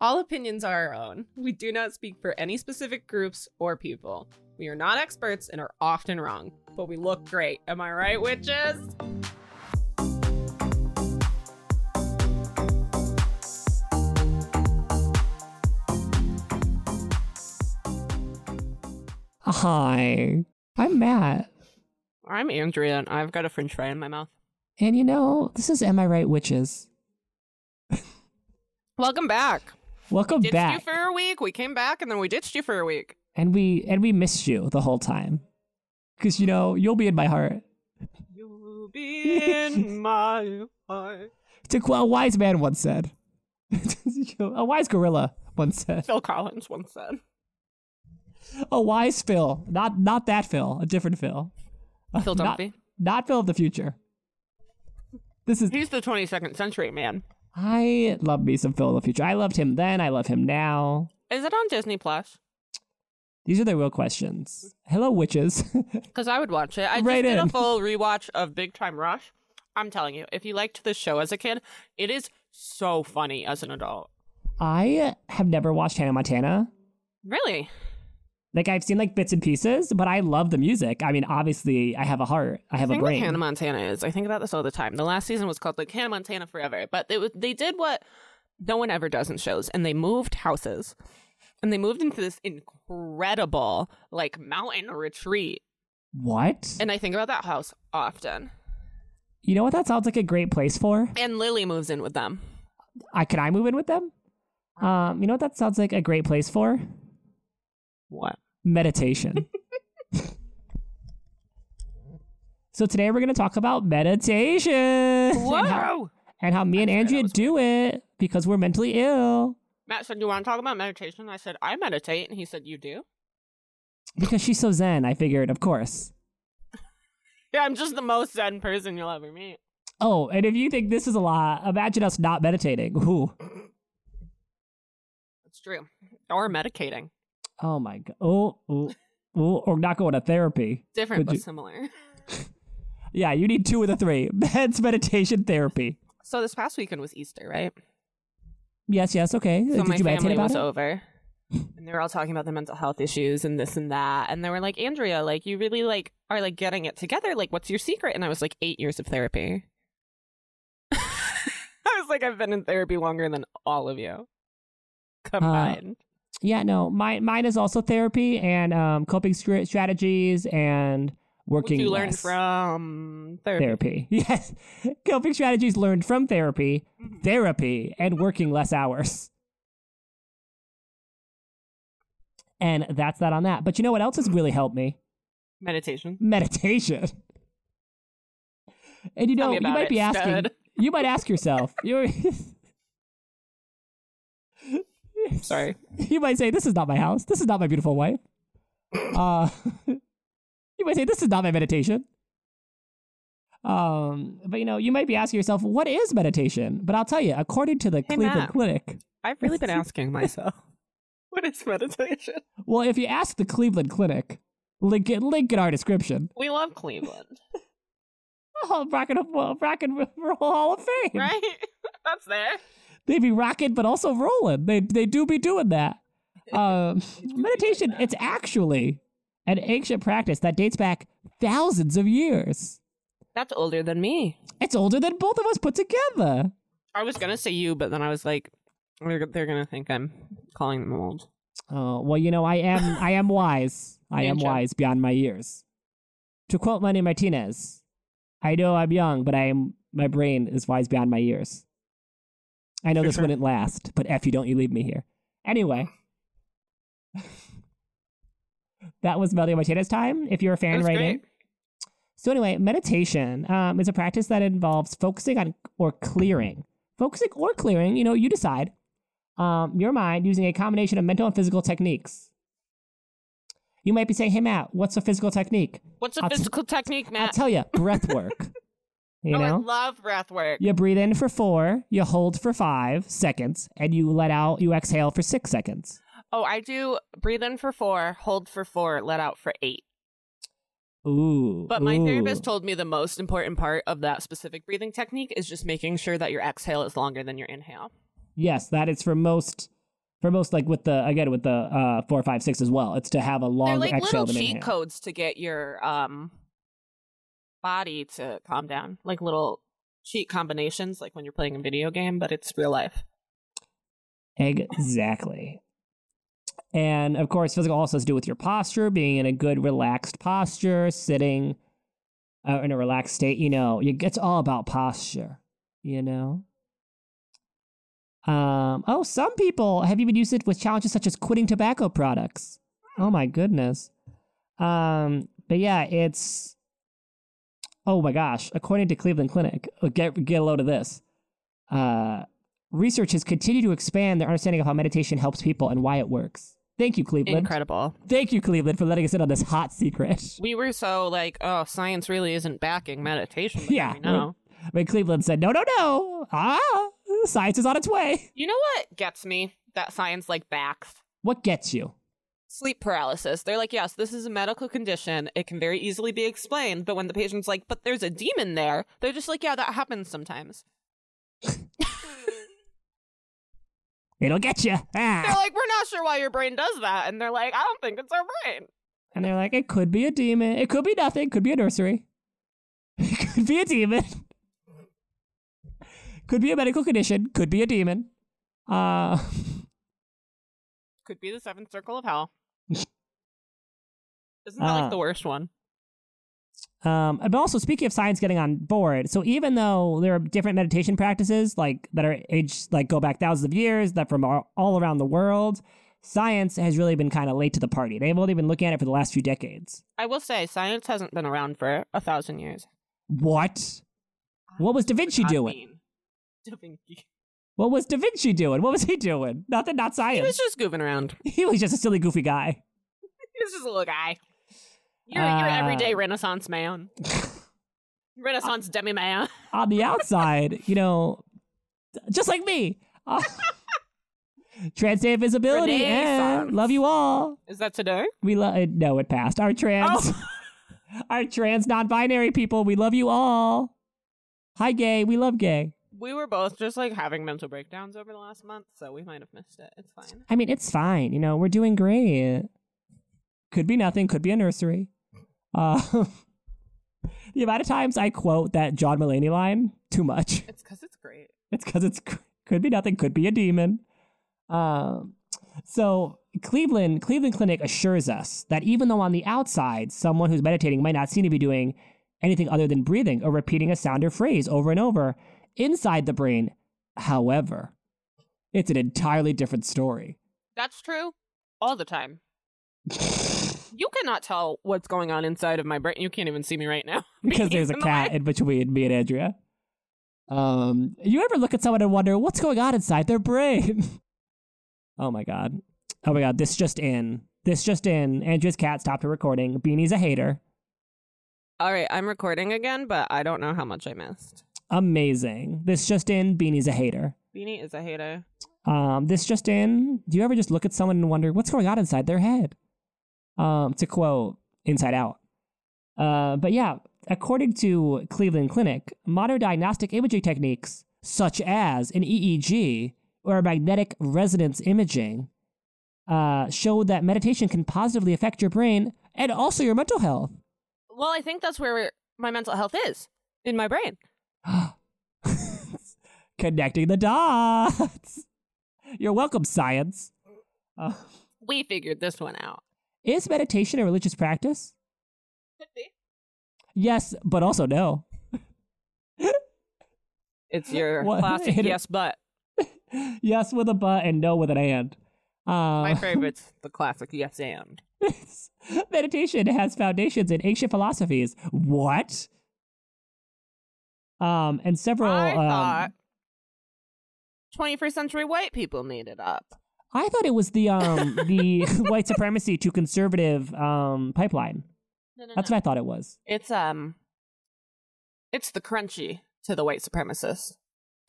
All opinions are our own. We do not speak for any specific groups or people. We are not experts and are often wrong, but we look great. Am I right, witches? Hi, I'm Matt. I'm Andrea, and I've got a french fry in my mouth. And you know, this is Am I Right Witches. Welcome back. Welcome Ditched you back. for a week. We came back, and then we ditched you for a week. and we and we missed you the whole time. Cause you know, you'll be in my heart. You'll be in my heart. To quote a wise man once said. a wise gorilla once said. Phil Collins once said. A wise Phil. Not not that Phil, a different Phil. Phil Not- Dunphy. not Phil of the future. This is He's the 22nd century man. I love me some Phil of the future. I loved him then. I love him now. Is it on Disney Plus? These are the real questions. Hello, witches. Because I would watch it. I just Right did a in. full rewatch of Big Time Rush. I'm telling you, if you liked this show as a kid, it is so funny as an adult. I have never watched Hannah Montana. Really? Like I've seen like bits and pieces, but I love the music. I mean, obviously, I have a heart. I have I a think what brain. Hannah Montana is. I think about this all the time. The last season was called like Hannah Montana Forever, but it was, they did what no one ever does in shows, and they moved houses, and they moved into this incredible like mountain retreat. what? And I think about that house often. you know what? That sounds like a great place for. And Lily moves in with them. I can I move in with them? Um, you know what? That sounds like a great place for What? meditation. so today we're gonna talk about meditation. And how, Whoa! and how me and I'm sorry, that Andrea was do it because we're mentally ill. Matt said, "You want to talk about meditation?" I said, "I meditate," and he said, "You do?" Because she's so zen, I figured, of course. Yeah, I'm just the most zen person you'll ever meet. Oh, and if you think this is a lot, imagine us not meditating. Ooh. That's true. Or medicating, Oh my god. Oh, ooh, ooh, or not going to therapy. different Would but you- similar. Yeah, you need two of the three. Meds, meditation, therapy. So this past weekend was Easter, right? Yes, yes, okay. So Did my you meditate family about was it? over, and they were all talking about the mental health issues and this and that, and they were like, "Andrea, like you really like are like getting it together. Like, what's your secret?" And I was like, eight years of therapy." I was like, "I've been in therapy longer than all of you combined." Yeah, no. Mine mine is also therapy and um, coping str- strategies and what working you learned less. from therapy? therapy. Yes. coping strategies learned from therapy, Mhm. therapy and working less hours. And that's that on that. But you know what else has really helped me? Meditation. meditation. And you Tell know, me you about might it, be asking, stud. you might ask yourself, you're Sorry. You might say, "This is not my house. This is not my beautiful wife." Uh, you might say, "This is not my meditation." Um, but you know, you might be asking yourself, "What is meditation?" But I'll tell you, according to the Cleveland Matt. Clinic, I've really been asking myself, what is meditation? well, if you ask the Cleveland Clinic, link it, link in our description. We love Cleveland, Oh, Rock and well, Rock and Roll Hall of Fame. right? That's there. they be rocking but also rolling they they do be doing that um doing meditation that. it's actually an ancient practice that dates back thousands of years That's older than me. it's older than both of us put together I was gonna say you, but then I was like, they're, they're gonna think I'm calling them old. oh well you know i am i am wise i am Ancient. wise beyond my years to quote lenny martinez i know i'm young but i am my brain is wise beyond my years i know For this sure. wouldn't last but f you don't you leave me here anyway that was Melody Martinez time. If you're a fan, That's right in. great. So anyway, meditation um, is a practice that involves focusing on or clearing, focusing or clearing. You know, you decide um, your mind using a combination of mental and physical techniques. You might be saying, "Hey Matt, what's a physical technique?" What's a I'll t- physical technique, I'll Matt? tell you, breath work. you Uh, oh, I know, love breath work. you breathe in for four, you hold for five seconds, and you let out. You exhale for six seconds. Oh, I do breathe in for four, hold for four, let out for eight. Ooh. But my ooh. therapist told me the most important part of that specific breathing technique is just making sure that your exhale is longer than your inhale. Yes, that is for most for most like with the again with the uh four five six as well. It's to have a They're longer like exhale little than inhale. cheat codes to get your um body to calm down, like little cheat combinations, like when you're playing a video game, but it's real life. Exactly. And of course, physical also has to do with your posture, being in a good, relaxed posture, sitting uh, in a relaxed state. You know, you, it's all about posture, you know? Um, oh, some people have even used it with challenges such as quitting tobacco products. Oh, my goodness. Um, but yeah, it's. Oh my gosh, according to Cleveland Clinic, uh, get, get a load of this. Uh, research has continued to expand their understanding of how meditation helps people and why it works. Thank you, Cleveland. Incredible. Thank you, Cleveland, for letting us in on this hot secret. We were so like, oh, science really isn't backing meditation. But Yeah. yeah. No. When Cleveland said, no, no, no. Ah, science is on its way. You know what gets me? That science like backs What gets you? sleep paralysis. They're like, yes, this is a medical condition. It can very easily be explained. But when the patient's like, but there's a demon there, they're just like, yeah, that happens sometimes. It'll get you. They're Ah. like, we're not sure why your brain does that. And they're like, I don't think it's our brain. And they're like, it could be a demon. It could be nothing. Could be a nursery. It could be a demon. Could be a medical condition. Could be a demon. Uh, Could be the seventh circle of hell. Isn't that Uh. like the worst one? Um, but also speaking of science getting on board, so even though there are different meditation practices like that are age like go back thousands of years that from all all around the world, science has really been kind of late to the party. They've only been looking at it for the last few decades. I will say, science hasn't been around for a thousand years. What? What was Da Vinci I doing? mean, Da Vinci. What was Da Vinci doing? What was he doing? Nothing, not He was science. just goofing around. He was just a silly, goofy guy. He was just a little guy. You're, you're an Uh. everyday Renaissance man. Renaissance demi man. on the outside, you know, just like me. Uh, Trans Day of Visibility. And Renaissance. love you all. Is that today? We love. No, it passed. Our trans, Oh. our trans non-binary people. We love you all. Hi, gay. We love gay. We were both just like having mental breakdowns over the last month, so we might have missed it. It's fine. I mean, it's fine. You know, we're doing great. Could be nothing. Could be a nursery. Uh, the amount of times I quote that John Mulaney line too much. It's because it's great. It's because it's could be nothing. Could be a demon. Um. So Cleveland Cleveland Clinic assures us that even though on the outside someone who's meditating might not seem to be doing anything other than breathing or repeating a sound or phrase over and over, inside the brain, however, it's an entirely different story. That's true all the time. You cannot tell what's going on inside of my brain. You can't even see me right now because there's a in the cat way. in between me and Andrea. Um, you ever look at someone and wonder what's going on inside their brain? oh my god! Oh my god! This just in. This just in. Andrea's cat stopped her recording. Beanie's a hater. All right, I'm recording again, but I don't know how much I missed. Amazing. This just in. Beanie's a hater. Beanie is a hater. Um, this just in. Do you ever just look at someone and wonder what's going on inside their head? Um, to quote Inside Out. Uh, but yeah, according to Cleveland Clinic, modern diagnostic imaging techniques such as an EEG or magnetic resonance imaging uh, showed that meditation can positively affect your brain and also your mental health. Well, I think that's where my mental health is in my brain. Connecting the dots. You're welcome, science. Uh, We figured this one out. is meditation a religious practice? Could be. Yes, but also no. It's your What? classic Hit it. yes, but Yes with a but and no with an and. my Uh, favorite's the classic yes and. meditation has foundations in ancient philosophies. What? Um, and several. I um, thought 21st century white people made it up. I thought it was the um the white supremacy to conservative um pipeline. No, no, That's what I thought it was. It's um, it's the crunchy to the white supremacists.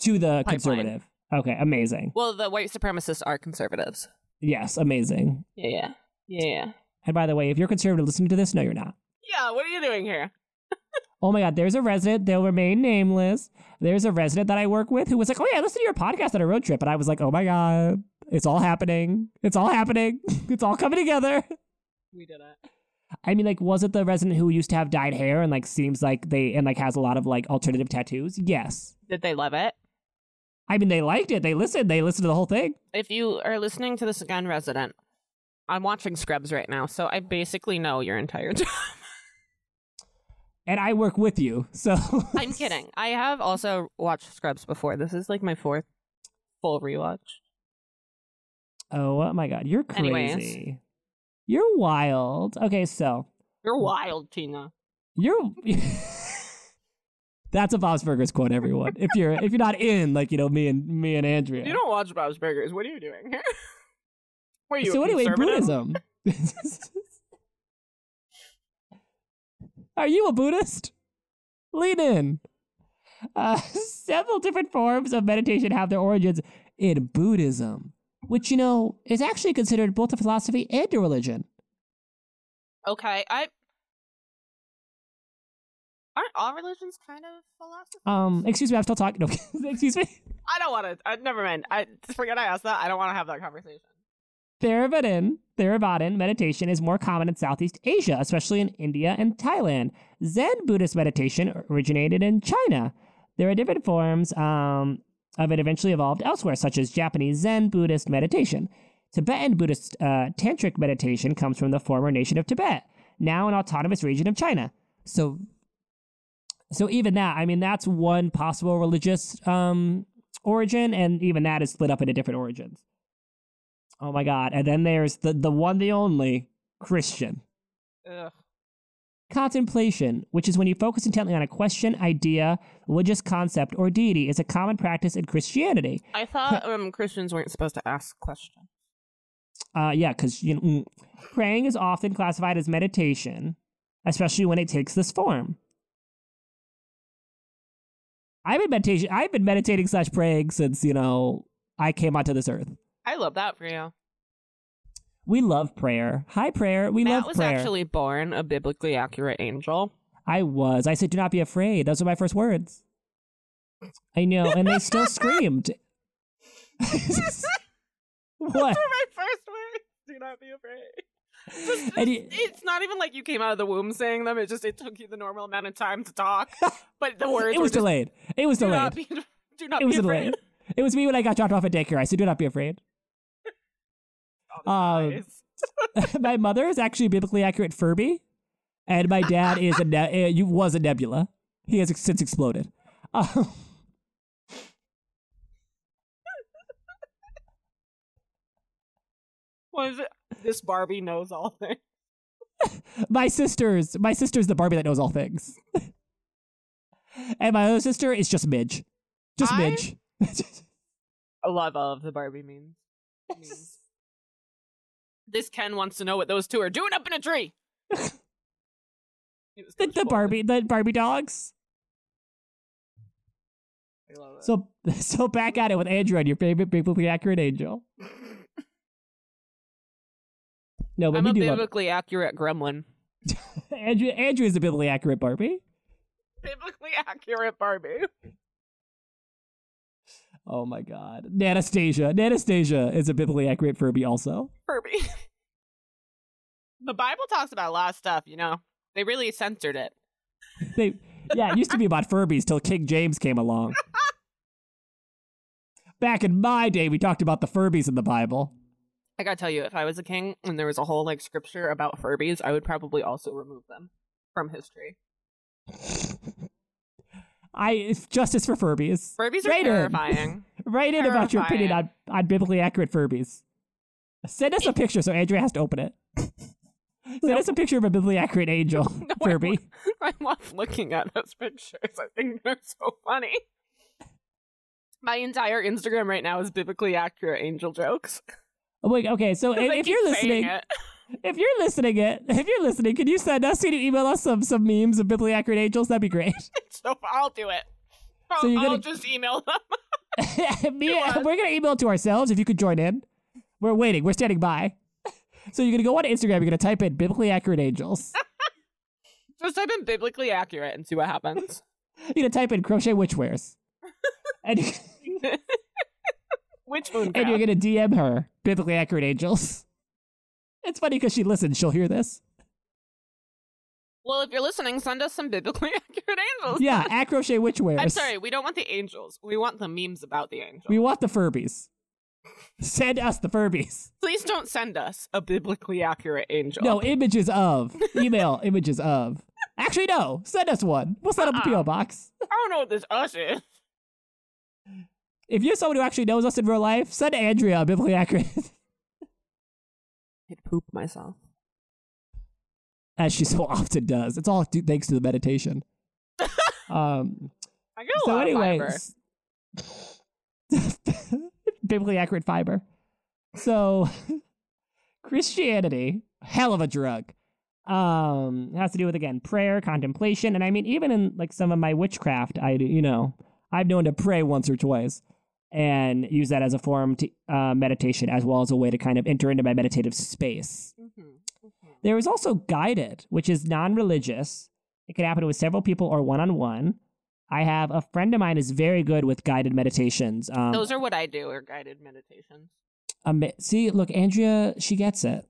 To the conservative. Okay, amazing. Well, the white supremacists are conservatives. Yes, amazing. Yeah, yeah, yeah. And by the way, if you're conservative listening to this, no, you're not. Yeah, what are you doing here? Oh my God, there's a resident, they'll remain nameless. There's a resident that I work with who was like, Oh, yeah, listen to your podcast on a road trip. And I was like, Oh my God, It's all happening. It's all happening. It's all coming together. We did it. I mean, like, was it the resident who used to have dyed hair and like seems like they and like has a lot of like alternative tattoos? Yes. Did they love it? I mean, they liked it. They listened. They listened to the whole thing. If you are listening to this again, resident, I'm watching Scrubs right now, so I basically know your entire job. And I work with you, so I'm kidding. I have also watched Scrubs before. This is like my fourth full rewatch. Oh, oh my god, you're crazy. Anyways. You're wild. Okay, so You're wild, Tina. you're. That's a Bob's Burgers quote, everyone. If you're if you're not in, like you know, me and me and Andrea. You don't watch Bob's Burgers. What are you doing here? Were you so a anyway, conservative? Buddhism. Are you a Buddhist? Lean in. Uh, several different forms of meditation have their origins in Buddhism, which you know is actually considered both a philosophy and a religion. Okay, I aren't all religions kind of philosophy? Um, excuse me, I'm still talking. No, excuse me. I don't want to. I never mind. I forget I asked that. I don't want to have that conversation. Theravadan, Theravadan meditation is more common in Southeast Asia, especially in India and Thailand. Zen Buddhist meditation originated in China. There are different forms um, of it eventually evolved elsewhere, such as Japanese Zen Buddhist meditation. Tibetan Buddhist uh, tantric meditation comes from the former nation of Tibet, now an autonomous region of China. So, so even that, I mean, that's one possible religious um, origin, and even that is split up into different origins. Oh my god. And then there's the, the one, the only Christian. Ugh. Contemplation, which is when you focus intently on a question, idea, religious concept, or deity, is a common practice in Christianity. I thought um Christians weren't supposed to ask questions. Uh, yeah, because you know, mm. praying is often classified as meditation, especially when it takes this form. I've been meditation. I've been meditating slash praying since you know I came onto this earth. I love that for you. We love prayer. Hi, prayer. We Matt love was prayer. actually born a biblically accurate angel. I was. I said, "Do not be afraid." Those were my first words. I know, and they still screamed. what? Those were my first words. Do not be afraid. Just, And you- it's not even like you came out of the womb saying them. It just it took you the normal amount of time to talk, but the words It were was just, delayed. It was Do not delayed. be, do not It was be afraid. delayed. It was me when I got dropped off at daycare. I said, "Do not be afraid." All the Um, lies. my mother is actually a biblically accurate Furby, and my dad is a ne- uh, you was a Nebula. He has since exploded. Um, What is it? This Barbie knows all things. my sister's my sister's the Barbie that knows all things, and my other sister is just Midge, just I- Midge. I love all of the Barbie memes. memes. This Ken wants to know what those two are doing up in a tree. It was the, Coach the Bolden. Barbie the Barbie dogs. I love it. So so back at it with Andrew and your favorite biblically accurate angel. No, but I'm we a do love biblically accurate gremlin. it. Andrew. Andrew is a biblically accurate Barbie. Biblically accurate Barbie. Oh my God, Nanastasia. Nanastasia is a biblically accurate Furby. Also, Furby. The Bible talks about a lot of stuff, you know. They really censored it. they yeah, it used to be about Furbies till King James came along. Back in my day, we talked about the Furbies in the Bible. I gotta tell you, if I was a king and there was a whole like scripture about Furbies, I would probably also remove them from history. I justice for Furbies. Furbies are Raiden. terrifying. Write in about your opinion on, on biblically accurate Furbies. Send us a picture so Andrea has to open it. Send us a picture of a biblically accurate angel I Furby. I love looking at those pictures. I think they're so funny. My entire Instagram right now is biblically accurate angel jokes. Oh, wait, okay, so 'Cause if, I if keep you're saying listening, it. if you're listening, it if you're listening, can you send us? Can you email us some some memes of biblically accurate angels? That'd be great. so I'll do it. I'll, you're I'll gonna- just email them. Me, It was. we're gonna email it to ourselves if you could join in. We're waiting. We're standing by. So you're gonna go on Instagram. You're gonna type in biblically accurate angels. Just type in biblically accurate and see what happens. You're gonna type in crochet witchwares. And you- Which moon and you're gonna DM her biblically accurate angels. It's funny because she listens; she'll hear this. Well, if you're listening, send us some biblically accurate angels. Yeah, at crochet witchwares. I'm sorry, we don't want the angels. We want the memes about the angels. We want the Furbies. Send us the Furbies. Please don't send us a biblically accurate angel. No images of email images of. Actually, no. Send us one. We'll set up a Uh-uh. PO box. I don't know what this us is. If you're someone who actually knows us in real life, send Andrea a biblically accurate, I'd poop myself. as she so often does. It's all due- thanks to the meditation. um. I got a so lot anyway, of fiber. s- biblically accurate fiber. So Christianity, hell of a drug. Um, has to do with again prayer, contemplation, and I mean even in like some of my witchcraft, I do- you know I've known to pray once or twice and use that as a form to uh, meditation as well as a way to kind of enter into my meditative space. Mm-hmm, There is also guided, which is non religious. It can happen with several people or one on one. I have a friend of mine is very good with guided meditations. Um, Those are what I do, or guided meditations. ama- see, look, Andrea, she gets it.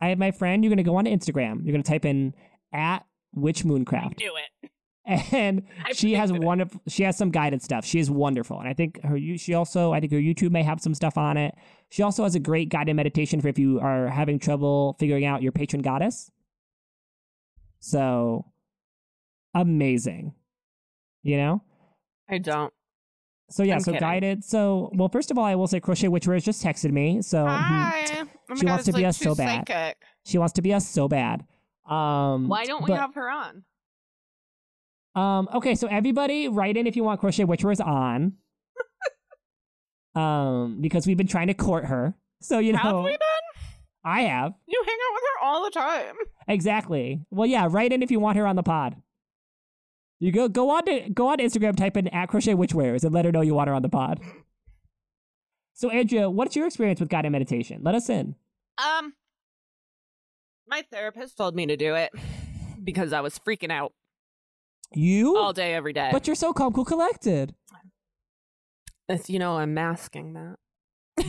I have my friend. You're going to go on to Instagram. You're going to type in at Witch Mooncraft, Do it. and I she has predicted it. wonderful. She has some guided stuff. She is wonderful, and I think her. you- She also, I think her YouTube may have some stuff on it. She also has a great guided meditation for if you are having trouble figuring out your patron goddess. So amazing, you know. I don't. So yeah, I'm so kidding. guided. So well, first of all, I will say Crochet Witchwear just texted me. So hmm, Hi. Oh my She God, wants to it's, be like us too so bad. Psychic. she wants to be us so bad. Um, Why don't we but- have her on? Um, okay, so everybody write in if you want Crochet Witchers on. um, because we've been trying to court her. So, you have know, we been? I have. You hang out with her all the time. Exactly. Well, yeah, write in if you want her on the pod. You go go on to go on Instagram, type in at crochet witchwares and let her know you want her on the pod. So Andrea, what's your experience with guided meditation? Let us in. Um, my therapist told me to do it because I was freaking out You all day, every day. but you're so calm, cool, collected. It's- you know, I'm masking that.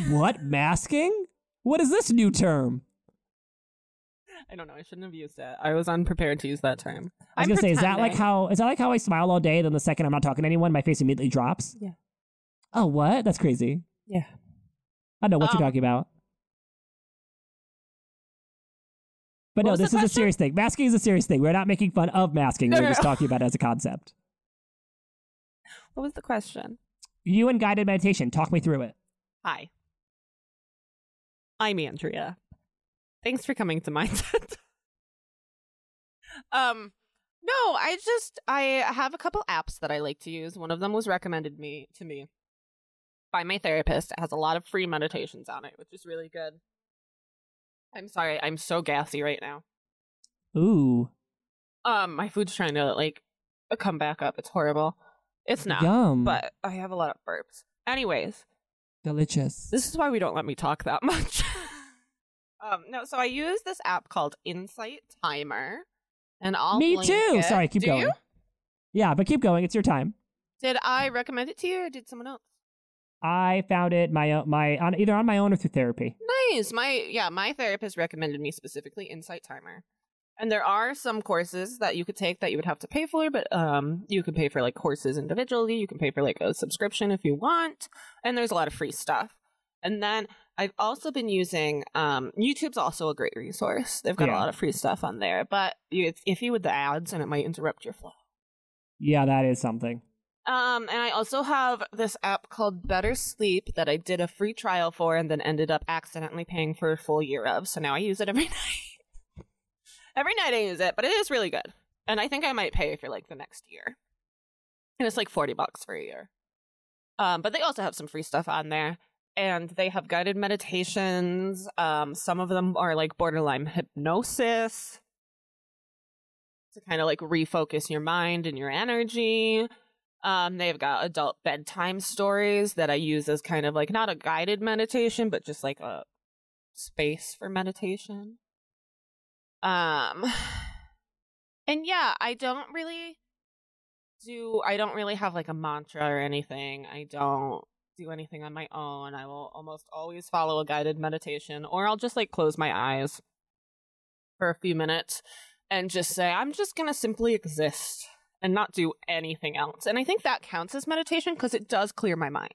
what? Masking? What is this new term? I don't know. I shouldn't have used it. I was unprepared to use that term. I was I'm gonna say, is that like pretending. how is that like how I smile all day? Then the second I'm not talking to anyone, my face immediately drops. Yeah. Oh, what? That's crazy. Yeah. I know what Um, you're talking about. But what no, was the this is a question? serious thing. Masking is a serious thing. We're not making fun of masking. No, We're no, just no. talking about it as a concept. What was the question? You and guided meditation. Talk me through it. Hi. I'm Andrea. Thanks for coming to my TED. um no, I just I have a couple apps that I like to use. One of them was recommended me to me by my therapist. It has a lot of free meditations on it, which is really good. I'm sorry, I'm so gassy right now. Ooh, Um my food's trying to like come back up. It's horrible. It's not. yum, But I have a lot of burps. Anyways, delicious. this is why we don't let me talk that much. um, no, so I use this app called Insight Timer, and I'll me link too. it. Sorry, keep Do going. you? Yeah, but keep going. It's your time. Did I recommend it to you, or did someone else? I found it my own, my on either on my own or through therapy. Nice. My yeah, my therapist recommended me specifically Insight Timer. And there are some courses that you could take that you would have to pay for, but um, you can pay for like courses individually. You can pay for like a subscription if you want, and there's a lot of free stuff. And then I've also been using um, YouTube's also a great resource. They've got a Yeah. lot of free stuff on there, but you, it's iffy with the ads, and it might interrupt your flow. Yeah, that is something. Um, and I also have this app called Better Sleep that I did a free trial for and then ended up accidentally paying for a full year of. So now I use it every night. every night I use it, but it is really good. And I think I might pay for like the next year. And it's like 40 bucks for a year. Um, but they also have some free stuff on there. And they have guided meditations. Um, some of them are like borderline hypnosis to kind of like refocus your mind and your energy. Um, they've got adult bedtime stories that I use as kind of like not a guided meditation, but just like a space for meditation. Um, and yeah, I don't really do, I don't really have like a mantra or anything. I don't do anything on my own. I will almost always follow a guided meditation, or I'll just like close my eyes for a few minutes and just say, I'm just going to simply exist and not do anything else. And I think that counts as meditation because it does clear my mind.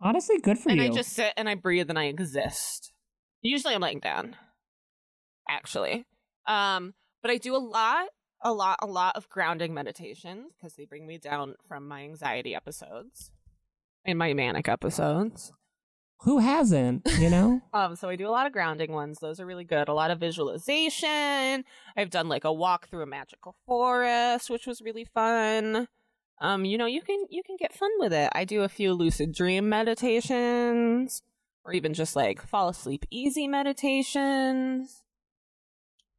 Honestly, good for and you. I just sit and I breathe and I exist. Usually I'm laying down, actually. Um, but I do a lot, a lot, a lot of grounding meditations because they bring me down from my anxiety episodes and my manic episodes. Who hasn't? You know. Um, so I do a lot of grounding ones. Those are really good. A lot of visualization. I've done like a walk through a magical forest, which was really fun. Um, you know, you can you can get fun with it. I do a few lucid dream meditations, or even just like fall asleep easy meditations.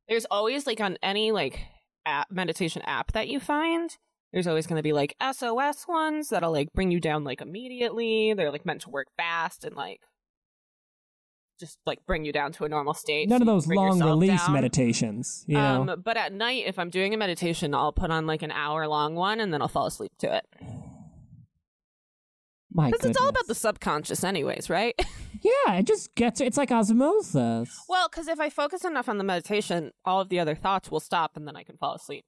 There's always like on any like app meditation app that you find, there's always going to be like SOS ones that'll like bring you down like immediately. They're like meant to work fast and like just like bring you down to a normal state. None so of you those bring long yourself release down. meditations. You know. Um, but at night, if I'm doing a meditation, I'll put on like an hour long one and then I'll fall asleep to it. My Because it's all about the goodness. subconscious, anyways, right? Yeah, it just gets. It's like osmosis. well, because if I focus enough on the meditation, all of the other thoughts will stop and then I can fall asleep.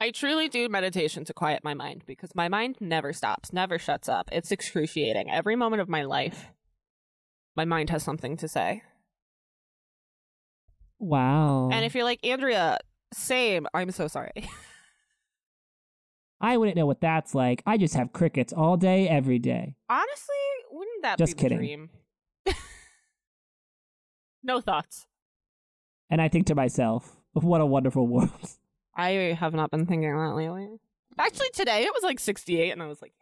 I truly do meditation to quiet my mind because my mind never stops, never shuts up. It's excruciating. Every moment of my life, my mind has something to say. Wow. And if you're like, Andrea, same, I'm so sorry. I wouldn't know what that's like. I just have crickets all day, every day. Honestly, wouldn't that Just be the kidding. dream? no thoughts. And I think to myself, what a wonderful world. I have not been thinking that lately. Actually, today it was like 68, and I was like,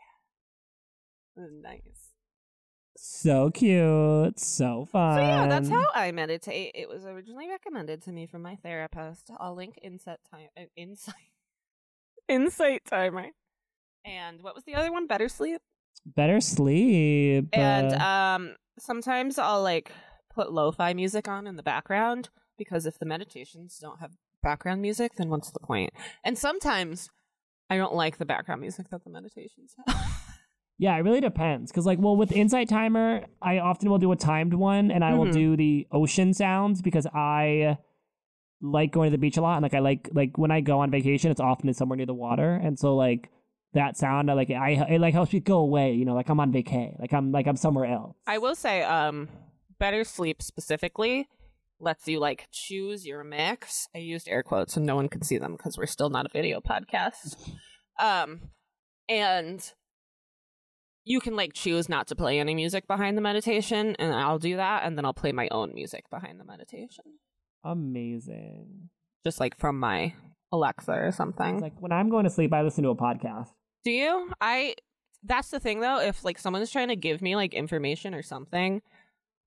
yeah, This is nice. So cute. So fun. So yeah, Um that's how I meditate. It was originally recommended to me from my therapist. I'll link insight time, uh, insight, insight timer. And what was the other one? Better sleep. Better sleep. And uh, um, sometimes I'll like put lo-fi music on in the background because if the meditations don't have background music, then what's the point? And sometimes I don't like the background music that the meditations have. yeah, it really depends. Because, like, well, with Insight Timer, I often will do a timed one and I will Mhm. do the ocean sounds because I like going to the beach a lot. And, like, I like, like, when I go on vacation, it's often somewhere near the water. And so, like, that sound, I like, I, it, like, helps me go away, you know, like I'm on vacay, like I'm, like I'm somewhere else. I will say, um, better sleep specifically lets you like choose your mix. I used air quotes so no one could see them because we're still not a video podcast. Um, and you can like choose not to play any music behind the meditation, and I'll do that, and then I'll play my own music behind the meditation, Amazing. just like from my Alexa or something. It's like when I'm going to sleep, I listen to a podcast. Do you? I that's the thing though, if like someone's trying to give me like information or something,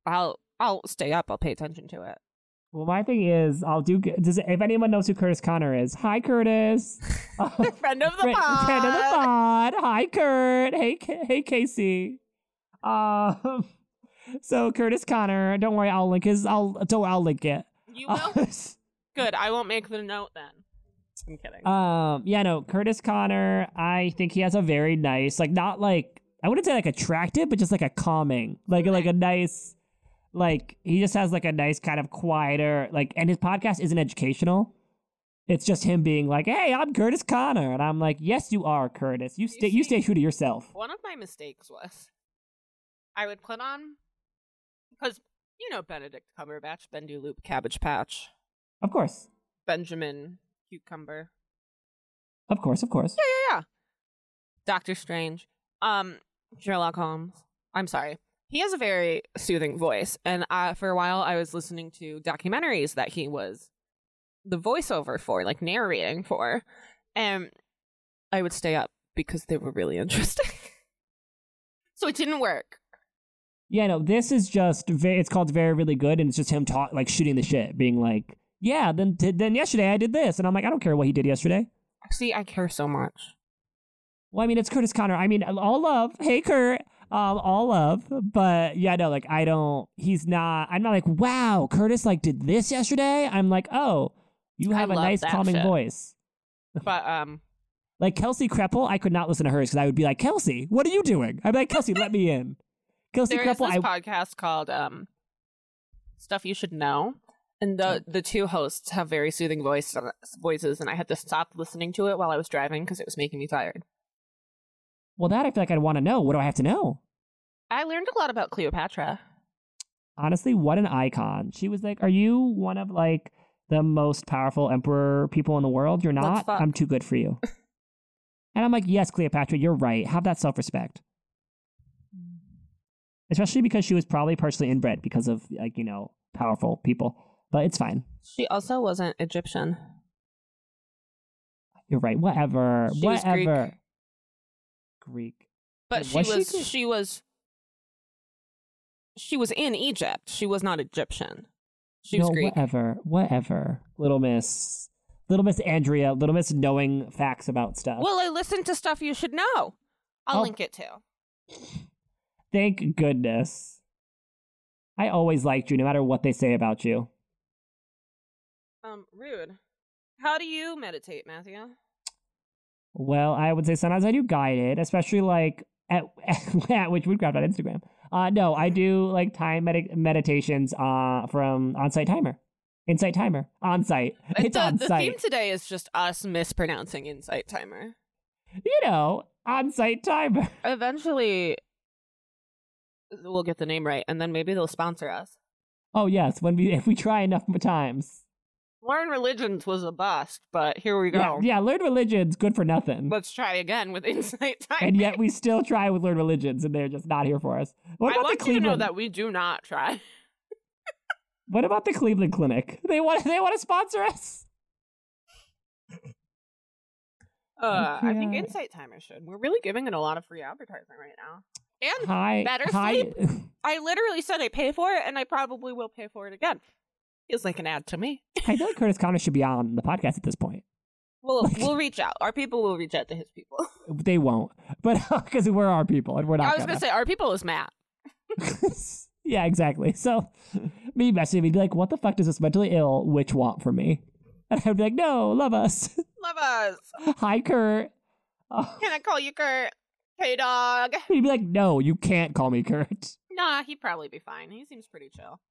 I'll I'll stay up, I'll pay attention to it. Well, my thing is, I'll do. Does if anyone knows who Curtis Connor is? Hi, Curtis. Uh, friend, friend of the friend pod. of the pod. Hi, Kurt. Hey, K- hey, Casey. Um, so Curtis Connor. Don't worry, I'll link his. I'll don't. worry, I'll link it. You will? Good. I won't make the note then. I'm kidding. um, yeah, no, Curtis Connor. I think he has a very nice, like, not like I wouldn't say like attractive, but just like a calming, like like a nice, like he just has like a nice kind of quieter, like, and his podcast isn't educational. It's just him being like, "Hey, I'm Curtis Connor," and I'm like, "Yes, you are, Curtis. You stay, you stay true to yourself." One of my mistakes was I would put on because you know Benedict Cumberbatch, Bendy Loop, Cabbage Patch, Of course, Benjamin Cucumber. of course, of course. Yeah, yeah, yeah. Doctor Strange. Um, Sherlock Holmes. I'm sorry. He has a very soothing voice, and uh, for a while I was listening to documentaries that he was the voiceover for, like narrating for, and I would stay up because they were really interesting. so it didn't work. Yeah, no, this is just very, it's called very really good, and it's just him talk like shooting the shit, being like, "Yeah, then t- then yesterday I did this," and I'm like, "I don't care what he did yesterday." See, I care so much. Well, I mean, it's Curtis Connor. I mean, all love. Hey, Kurt. Um, all love. But yeah, no, like I don't. He's not. I'm not like, wow, Curtis like did this yesterday. I'm like, oh, you I have a love nice that calming shit. voice. But um, Like Kelsey Kreppel, I could not listen to hers because I would be like, Kelsey, what are you doing? I'd be like, Kelsey, let me in. Kelsey There is Kreppel, this I, podcast called um, "Stuff You Should Know," and Oh. the the two hosts have very soothing voice uh, voices, and I had to stop listening to it while I was driving because it was making me tired. well, that I feel like I'd want to know. What do I have to know? I learned a lot about Cleopatra. Honestly, what an icon. She was like, Are you one of like the most powerful emperor people in the world? You're Let's not. fuck. I'm too good for you. and I'm like, Yes, Cleopatra, you're right. Have that self respect. Especially because she was probably partially inbred because of like, you know, powerful people. But it's fine. She also wasn't Egyptian. You're right. Whatever. She was Greek. Whatever. Greek. But she Was she was Greek? she was she was in Egypt. She was not Egyptian. She was no, Greek. whatever. Whatever. Little Miss. Little Miss Andrea. Little Miss knowing facts about stuff. Well, I listened to stuff you should know. I'll Oh. link it too. Thank goodness. I always liked you, no matter what they say about you. Um, rude. How do you meditate, Matthew? Well, I would say sometimes I do guided, especially like at, at which we grabbed on Instagram. Uh, no, I do like time medi- meditations uh, from on-site timer, insight timer, on-site. It's the, the on-site. theme today is just us mispronouncing Insight Timer. You know, on-site timer. Eventually, we'll get the name right, and then maybe they'll sponsor us. Oh yes, when we if we try enough times. Learn Religions was a bust, but here we go. Yeah, yeah, learn religions, good for nothing. Let's try again with Insight Timer. and yet we still try with learn religions, and they're just not here for us. I What about want the you to Cleveland? know that we do not try. What about the Cleveland Clinic? They want they want to sponsor us. Uh, I think Yeah. Insight Timer should. We're really giving it a lot of free advertising right now. And Hi, Better hi. I literally said I pay for it, and I probably will pay for it again. Feels like an ad to me. I feel like Curtis Connor should be on the podcast at this point. We'll we'll reach out. Our people will reach out to his people. They won't, but because we're our people and we're not. I was gonna say our people is Matt. gonna say. yeah, exactly. So me messaging me be like, "What the fuck does this mentally ill witch want from me?" And I would be like, "No, love us." Love us. hi, Kurt. Oh, Can I call you Kurt? Hey dog. he'd be like, "No, you can't call me Kurt." Nah, he'd probably be fine. He seems pretty chill.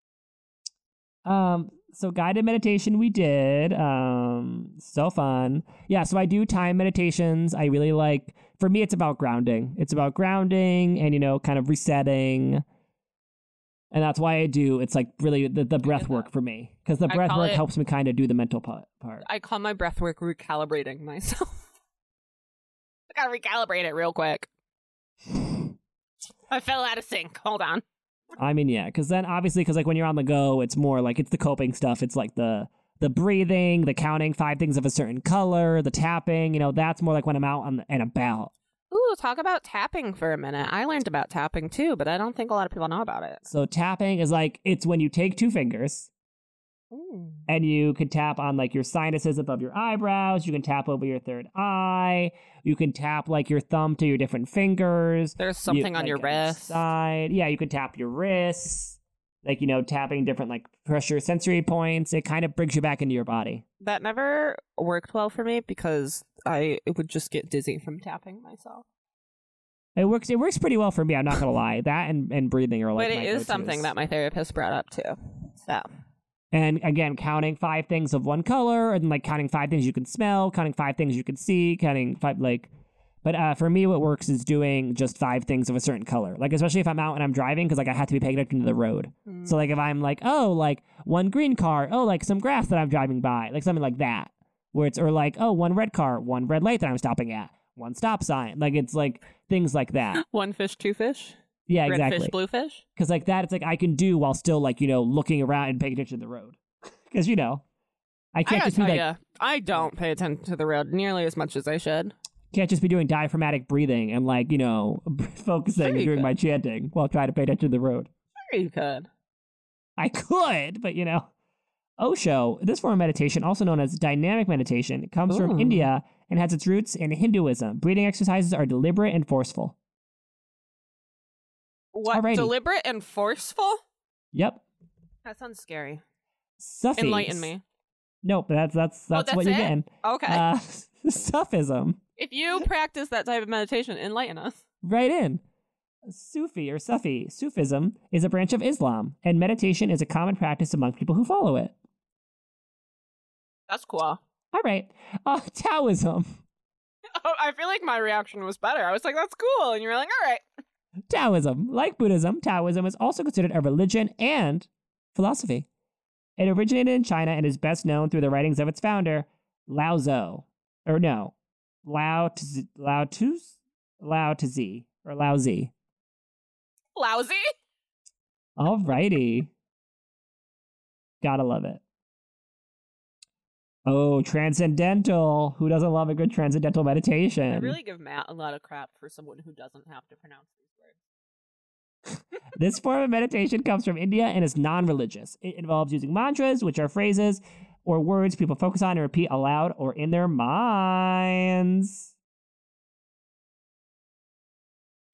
Um, so guided meditation we did. Um, so fun. Yeah, so I do time meditations. I really like for me it's about grounding. It's about grounding and you know, kind of resetting. And that's why I do it's like really the, the breath that. work for me. Because the I breath call work it- helps me kind of do the mental pa- part. I call my breathwork recalibrating myself. I gotta recalibrate it real quick. I fell out of sync. Hold on. I mean, yeah, because then obviously, because like when you're on the go, it's more like it's the coping stuff. It's like the the breathing, the counting five things of a certain color, the tapping. You know, that's more like when I'm out on the, and about. Ooh, talk about tapping for a minute. I learned about tapping too, but I don't think a lot of people know about it. So tapping is like it's when you take two fingers and you can tap on like your sinuses above your eyebrows. You can tap over your third eye. You can tap like your thumb to your different fingers. There's You- something on like, your wrist. Side. Yeah, you could tap your wrists. Like you know, tapping different like pressure sensory points. It kind of brings you back into your body. That never worked well for me because I would just get dizzy from tapping myself. It works. It works pretty well for me. I'm not gonna lie. That and, and breathing are like. but my it is something go-tos. that my therapist brought up too. So And again, counting five things of one color, and like counting five things you can smell, counting five things you can see, counting five like. But uh, for me, what works is doing just five things of a certain color. Like especially if I'm out and I'm driving, because like I have to be paying attention to the road. So like if I'm like oh like one green car, oh like some grass that I'm driving by, like something like that, where it's or like oh one red car, one red light that I'm stopping at, one stop sign. Like it's like things like that. one fish, two fish, Yeah, red exactly. fish, blue fish. Because like that, it's like I can do while still like you know looking around and paying attention to the road. Because you know, I I can't gotta just be tell like ya, I don't pay attention to the road nearly as much as I should. can't just be doing diaphragmatic breathing and like you know focusing Sure and you doing could. my chanting while trying to pay attention to the road. Sure you could. I could, but you know, Osho. This form of meditation, also known as dynamic meditation, comes Ooh. from India and has its roots in Hinduism. Breathing exercises are deliberate and forceful. What Alrighty. deliberate and forceful? Yep. That sounds scary. Sufis. Enlighten me. Oh, Nope, that's that's that's, that's what you're it? getting. Okay. Uh, Sufism. If you practice that type of meditation, enlighten us. Right in. Sufi or Sufi, Sufism is a branch of Islam, and meditation is a common practice among people who follow it. That's cool. All right. Uh, Taoism. Oh, I feel like my reaction was better. I was like, that's cool. And you were like, all right. Taoism, like Buddhism, Taoism is also considered a religion and philosophy. It originated in China and is best known through the writings of its founder, Lao Tzu, or no, Lao Tzu, Lao Tzu, Lao Tzu, or Lao Tzu. Lousy. Alrighty, gotta love it. Oh, transcendental! Who doesn't love a good transcendental meditation? I really give Matt a lot of crap for someone who doesn't have to pronounce these words. This form of meditation comes from India and is non religious. It involves using mantras, which are phrases or words people focus on and repeat aloud or in their minds.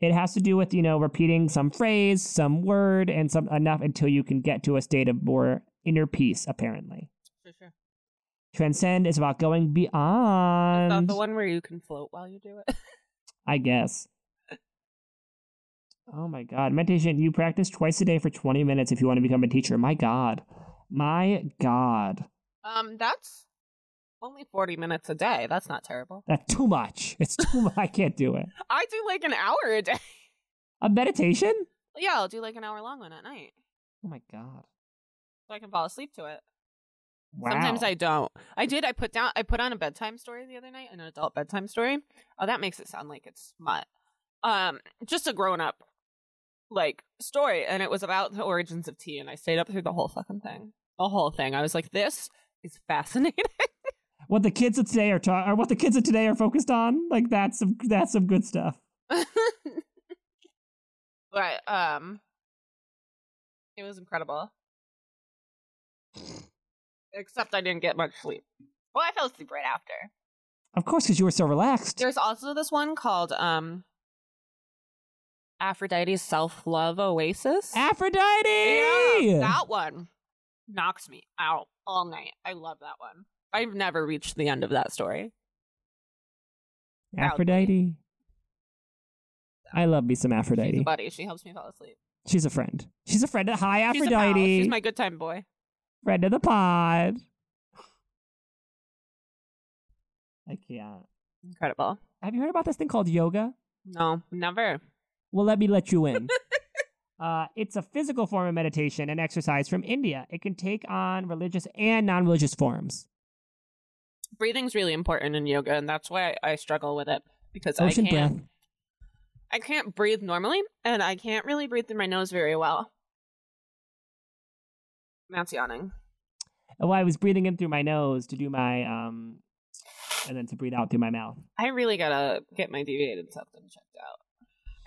It has to do with, you know, repeating some phrase, some word, and some enough until you can get to a state of more inner peace, apparently. For sure. Transcend is about going Is that beyond. the one where you can float while you do it? I guess. Oh my God. Meditation, you practice twice a day for 20 minutes if you want to become a teacher. My God. My God. um, that's only 40 minutes a day. That's not terrible. That's too much. It's too much. I can't do it. I do like an hour a day. A meditation? Yeah, I'll do like an hour long one at night Oh my God. so I can fall asleep to it. Wow. Sometimes I don't. I did. I put down. I put on a bedtime story the other night, an adult bedtime story. Oh, that makes it sound like it's smut. Um, just a grown up like story, and it was about the origins of tea, and I stayed up through the whole fucking thing, the whole thing. I was like, this is fascinating. What the kids of today are ta- or what the kids of today are focused on, like that's some that's some good stuff. but um, it was incredible. Except I didn't get much sleep. Well, I fell asleep right after. Of course, because you were so relaxed. There's also this one called um Aphrodite's Self Love Oasis. Aphrodite. Yeah, that one knocks me out all night. I love that one. I've never reached the end of that story. Aphrodite. I love me some She's a Aphrodite. buddy. She helps me fall asleep. She's a friend. She's a friend. Hi, She's a pal. Aphrodite. She's my good time boy. friend of the pod. I can't. Incredible. Have you heard about this thing called yoga? No, never. Well, let me let you in. uh, it's a physical form of meditation and exercise from India. It can take on religious and non religious forms. Breathing's really important in yoga, and that's why I, I struggle with it because Ocean I can't. breath. I can't breathe normally, and I can't really breathe through my nose very well. Matt's yawning. Well, Oh, I was breathing in through my nose to do my, um, and then to breathe out through my mouth. I really gotta get my deviated septum checked out.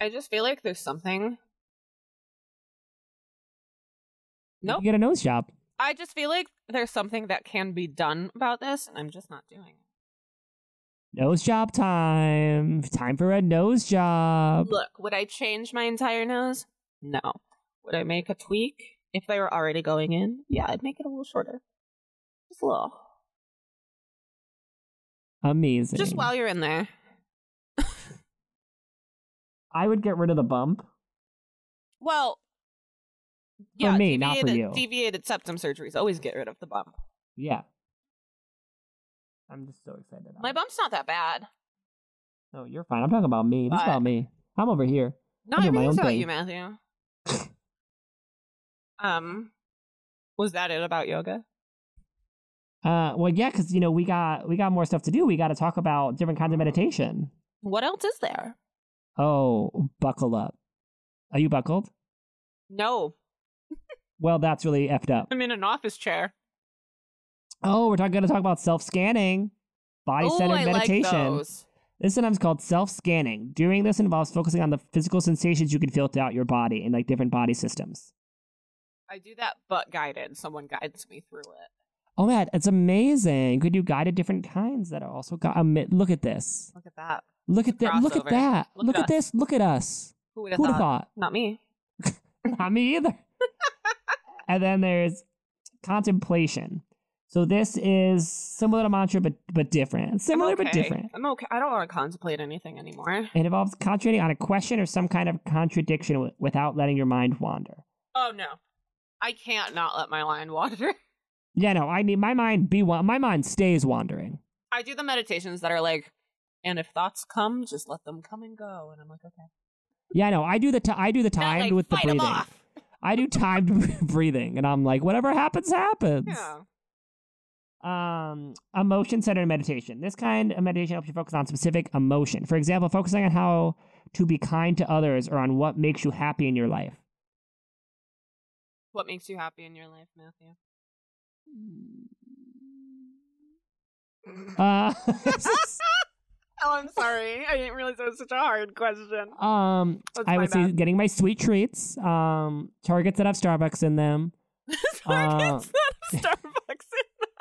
I just feel like there's something. You Nope. can get a nose job. I just feel like there's something that can be done about this, and I'm just not doing it. Nose job time. Time for a nose job. Look, would I change my entire nose? No. Would I make a tweak if they were already going in? Yeah, I'd make it a little shorter. Just a little. Amazing. Just while you're in there. I would get rid of the bump. Well, yeah, me, not for deviated- you. Deviated septum surgeries always get rid of the bump. Yeah. I'm just so excited. My bump's not that bad. No, you're fine. I'm talking about me. This is But- about me. I'm over here. No, I'll I do my really own about thing. you, Matthew. um, was that it about yoga? Uh, well, yeah, because you know we got we got more stuff to do. We got to talk about different kinds of meditation. What else is there? Oh, buckle up. Are you buckled? No, Well, that's really effed up. I'm in an office chair. Oh, we're talk- going to talk about self scanning, body Oh, centered I like meditation. those. This sometimes called self scanning. Doing this involves focusing on the physical sensations you can feel throughout your body and like different body systems. I do that, but guided. Someone guides me through it. Oh man, it's amazing. You could do guided different kinds that are also gu- um, look at this. Look at that. Look at It's a that. Look at crossover. that. Look Look at at this. Look at us. Who would have Who'd thought? have thought? Not me. Not me either. and then there's contemplation. So this is similar to mantra, but but different. Similar but Okay. different. I'm okay. I don't want to contemplate anything anymore. It involves concentrating on a question or some kind of contradiction w- without letting your mind wander. Oh no, I can't not let my line wander. Yeah, no, I need my mind be wa- my mind stays wandering. I do the meditations that are like, and if thoughts come, just let them come and go. And I'm like, okay. Yeah, no, I do the t- I do the Not, timed like, with the fight 'em breathing. off. I do timed breathing, and I'm like, whatever happens, happens. Yeah. Um, emotion centered meditation. This kind of meditation helps you focus on specific emotion. For example, focusing on how to be kind to others or on what makes you happy in your life. What makes you happy in your life, Matthew? Uh, Oh, I'm sorry. I didn't realize it was such a hard question. um, That's I my would say bad. getting my sweet treats, um, targets that have Starbucks in them. uh, Target's not a Starbucks.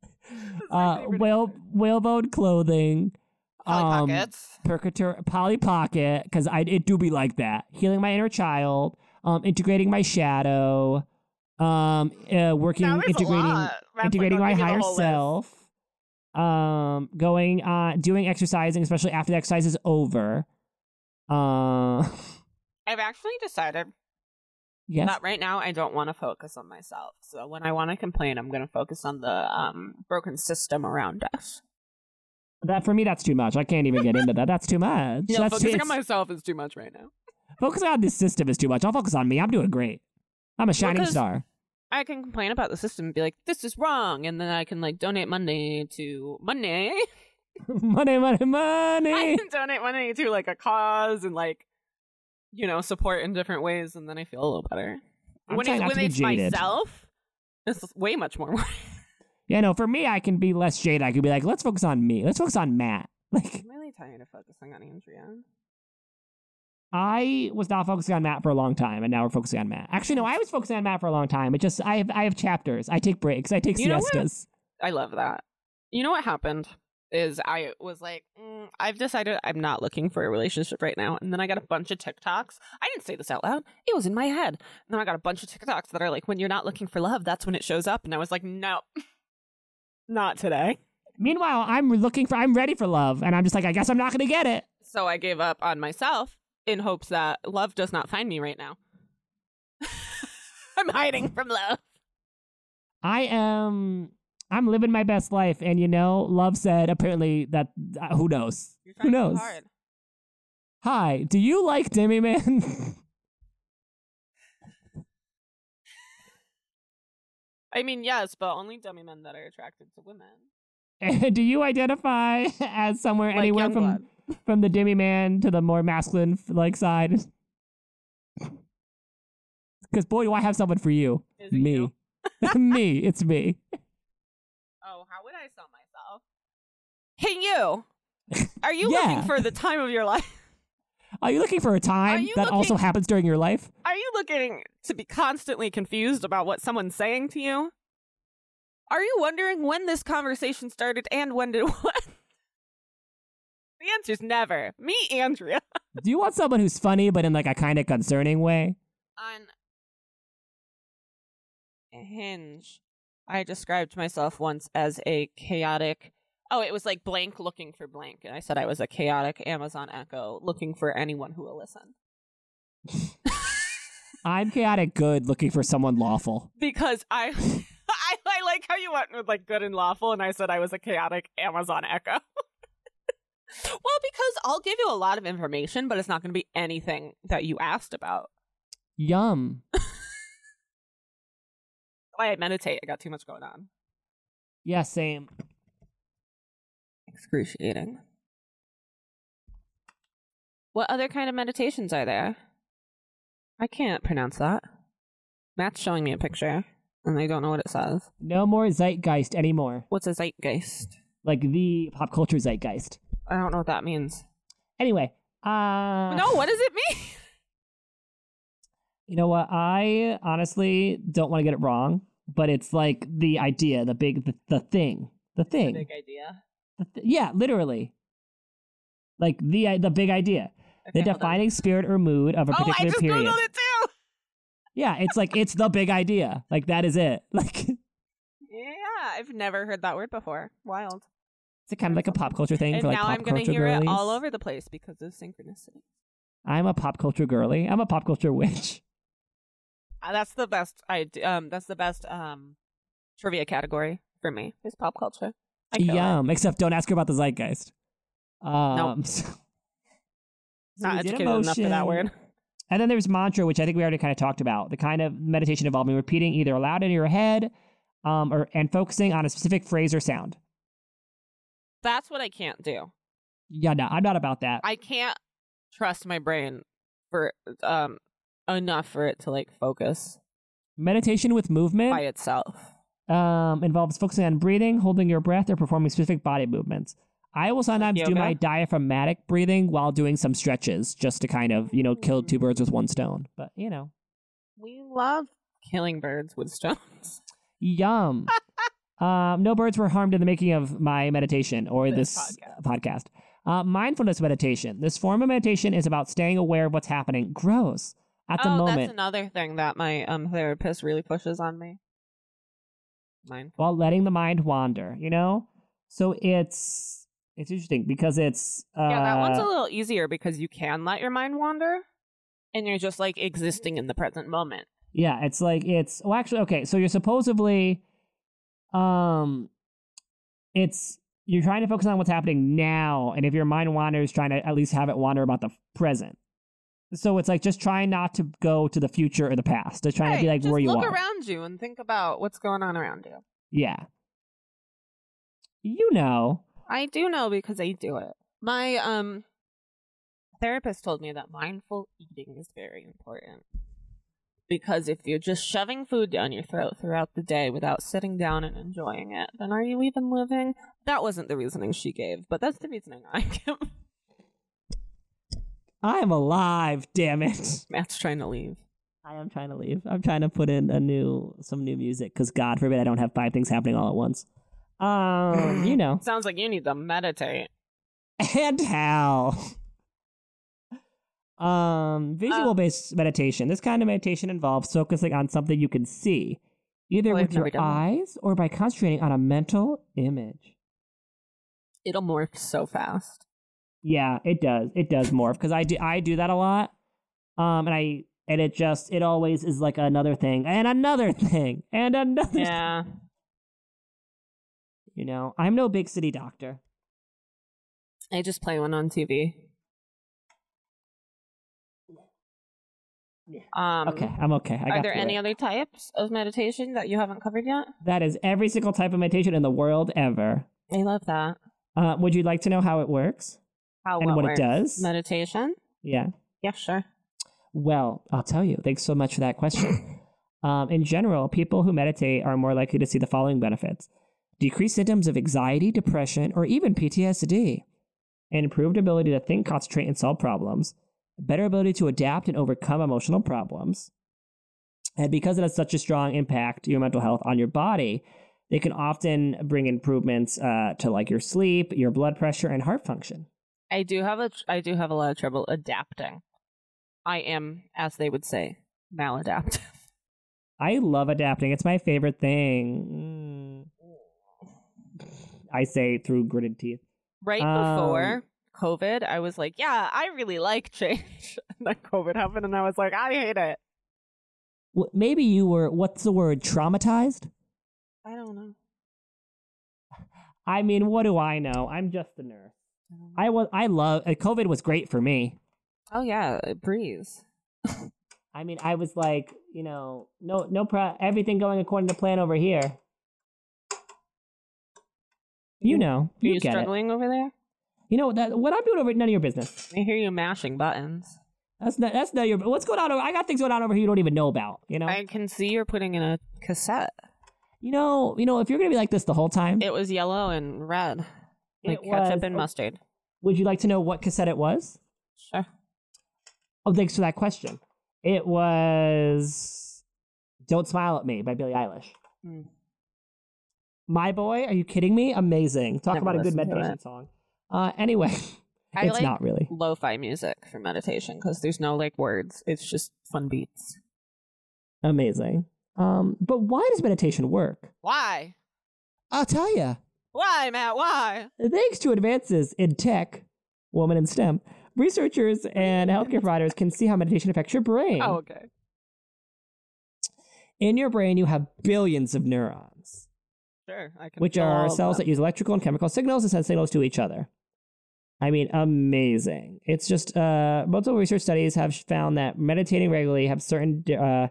That's my Uh, favorite whale answer. whalebone clothing. Polly um, Pockets. Percator Polly Pocket, because I it do be like that. Healing my inner child, um, integrating my shadow, um, uh, working Now there's a integrating lot. Raph, integrating don't my give me the higher whole list. self, um, going uh, doing exercising, especially after the exercise is over. Uh, I've actually decided yes, that right now I don't want to focus on myself. So when I want to complain, I'm going to focus on the um, broken system around us. that for me that's too much. I can't even get into that. That's too much. that's too, it's- myself is too much right now. focusing on this system is too much. I'll focus on me. I'm doing great. I'm a shining 'cause- star. I can complain about the system and be like, this is wrong. And then I can like donate money to money. money, money, money. I can donate money to like a cause and like, you know, support in different ways. And then I feel a little better. I'm when trying it, not when to be it's jaded. myself, it's way much more. work. Yeah, no, for me, I can be less jaded. I can be like, let's focus on me. Let's focus on Matt. Like, I'm really tired of focusing on Andrea. I was not focusing on Matt for a long time, and now we're focusing on Matt. Actually, no, I was focusing on Matt for a long time. It just, I have, I have chapters. I take breaks. I take You know what? siestas. I love that. You know what happened is I was like, mm, I've decided I'm not looking for a relationship right now. And then I got a bunch of TikToks. I didn't say this out loud. It was in my head. And then I got a bunch of TikToks that are like, when you're not looking for love, that's when it shows up. And I was like, no, not today. Meanwhile, I'm looking for, I'm ready for love, and I'm just like, I guess I'm not going to get it. So I gave up on myself in hopes that love does not find me right now. I'm hiding from love. I am, I'm living my best life, and you know, love said apparently that, uh, who knows? Who knows? Hi, do you like Demi Man? I mean, yes, but only dummy men that are attracted to women. do you identify as somewhere Like anywhere from? Youngblood. from the demi man to the more masculine f- like side. Because boy, do I have someone for you, Is it me, you? me, it's me. Oh, how would I sell myself? Hey, you. Are you Yeah. looking for the time of your life? Are you looking for a time you that also looking- happens during your life? Are you looking to be constantly confused about what someone's saying to you? Are you wondering when this conversation started and when did what? The answer's never. Me, Andrea. Do you want someone who's funny but in like a kind of concerning way? On Hinge, I described myself once as a chaotic. Oh, it was like blank looking for blank. And I said I was a chaotic Amazon Echo looking for anyone who will listen. I'm chaotic good, looking for someone lawful. because I, I I like how you went with like good and lawful, and I said I was a chaotic Amazon Echo. well, because I'll give you a lot of information, but it's not going to be anything that you asked about. Yum. Why I meditate? I got too much going on. Yeah, same. Excruciating. What other kind of meditations are there? I can't pronounce that. Matt's showing me a picture, and I don't know what it says. No more zeitgeist anymore. What's a zeitgeist? Like the pop culture zeitgeist. I don't know what that means. Anyway, uh no, what does it mean? You know what? I honestly don't want to get it wrong, but it's like the idea, the big, the, the thing, the It's a thing. Big idea. The th- yeah, literally. Like the the big idea, the Okay, hold on. defining spirit or mood of a Oh, I particular just period. googled it too. Yeah, it's like it's the big idea. Like that is it. Like it's Yeah, I've never heard that word before. Wild. a kind of like a pop culture thing And for like now pop I'm going to culture hear girlies. it all over the place because of synchronicity. I'm a pop culture girly. I'm a pop culture witch. Uh, That's the best. I d- um. That's the best um, trivia category for me. Is pop culture. I kill it. Yum. Except don't ask her about the zeitgeist. Um, so- so Not we did educated enough for that emotion. word. And then there's mantra, which I think we already kind of talked about. The kind of meditation involving repeating either aloud in your head, um, or and focusing on a specific phrase or sound. That's what I can't do. Yeah, no, I'm not about that. I can't trust my brain for um enough for it to like focus Meditation with movement. by itself. um, involves focusing on breathing, holding your breath, or performing specific body movements. I will sometimes do yoga? my diaphragmatic breathing while doing some stretches just to kind of, you know, kill two birds with one stone. But, you know, We love killing birds with stones. yum. um, no birds were harmed in the making of my meditation or This this, podcast. Uh, mindfulness meditation. This form of meditation is about staying aware of what's happening. Gross. At the oh, moment, that's another thing that my um therapist really pushes on me. Mine. while letting the mind wander, you know? So it's. It's interesting because it's uh, yeah, that one's a little easier because you can let your mind wander, and you're just like existing in the present moment. Yeah, it's like it's well actually okay, so you're supposedly um it's you're trying to focus on what's happening now and if your mind wanders trying to at least have it wander about the present. So it's like just trying not to go to the future or the past. Just trying to be Right, like just where you look are. around you and think about what's going on around you. Yeah. You know. I do know because I do it. My um therapist told me that mindful eating is very important. Because if you're just shoving food down your throat throughout the day without sitting down and enjoying it, then are you even living? That wasn't the reasoning she gave, but that's the reasoning I give. I'm alive, damn it. Matt's trying to leave. I am trying to leave. I'm trying to put in a new some new music because God forbid I don't have five things happening all at once. Um, you know. Sounds like you need to meditate. and how um visual based meditation this kind of meditation involves focusing on something you can see either Oh, I've with your never done that. eyes or by concentrating on a mental image It'll morph so fast. yeah it does it does morph because i do i do that a lot um and i and it just it always is like another thing and another thing and another Yeah. you know i'm no big city doctor I just play one on TV. Yeah. Um, okay i'm okay I Are got there through any it. other types of meditation that you haven't covered yet? that is every single type of meditation in the world ever I love that. uh, would you like to know how it works How and what it works? does. Meditation? yeah. Yeah, sure. Well, I'll tell you. Thanks so much for that question. um, in general, people who meditate are more likely to see the following benefits decreased symptoms of anxiety, depression, or even PTSD, an improved ability to think, concentrate, and solve problems, better ability to adapt and overcome emotional problems. And because it has such a strong impact, your mental health on your body, they can often bring improvements uh, to like your sleep, your blood pressure, and heart function. I do have a tr- I do have a lot of trouble adapting. I am, as they would say, maladaptive. I love adapting. It's my favorite thing. Mm. I say through gritted teeth. Right Um, before COVID, I was like, "Yeah, I really like change." and then COVID happened, and I was like, "I hate it." W- Maybe you were, what's the word, traumatized? I don't know. I mean, what do I know? I'm just a nurse. I was, I love, uh, COVID was great for me. Oh yeah, a breeze. I mean, I was like, you know, no, no, pro- everything going according to plan over here. You Are know, you, you get it. struggling over there? You know that what I'm doing over none of your business. I hear you mashing buttons. That's not. That's not your. What's going on over? I got things going on over here you don't even know about. You know. I can see you're putting in a cassette. You know, you know, if you're gonna be like this the whole time, It was yellow and red, like It ketchup was- and mustard. would you like to know what cassette it was? Sure. Oh, thanks for that question. It was "Don't Smile at Me" by Billie Eilish. Mm. My boy, are you kidding me? Amazing. Talk Never about a good listened to meditation it. song. Uh, anyway, I it's like not really. lo-fi music for meditation because there's no like words. It's just fun beats. Amazing. Um, but why does meditation work? Why? I'll tell you. Why, Matt? Why? Thanks to advances in tech, women in STEM, researchers and healthcare providers can see how meditation affects your brain. Oh, okay. In your brain, you have billions of neurons. Sure. I can which feel all are of cells them. that use electrical and chemical signals to send signals to each other. I mean, amazing. It's just uh, multiple research studies have found that meditating regularly have certain di- uh,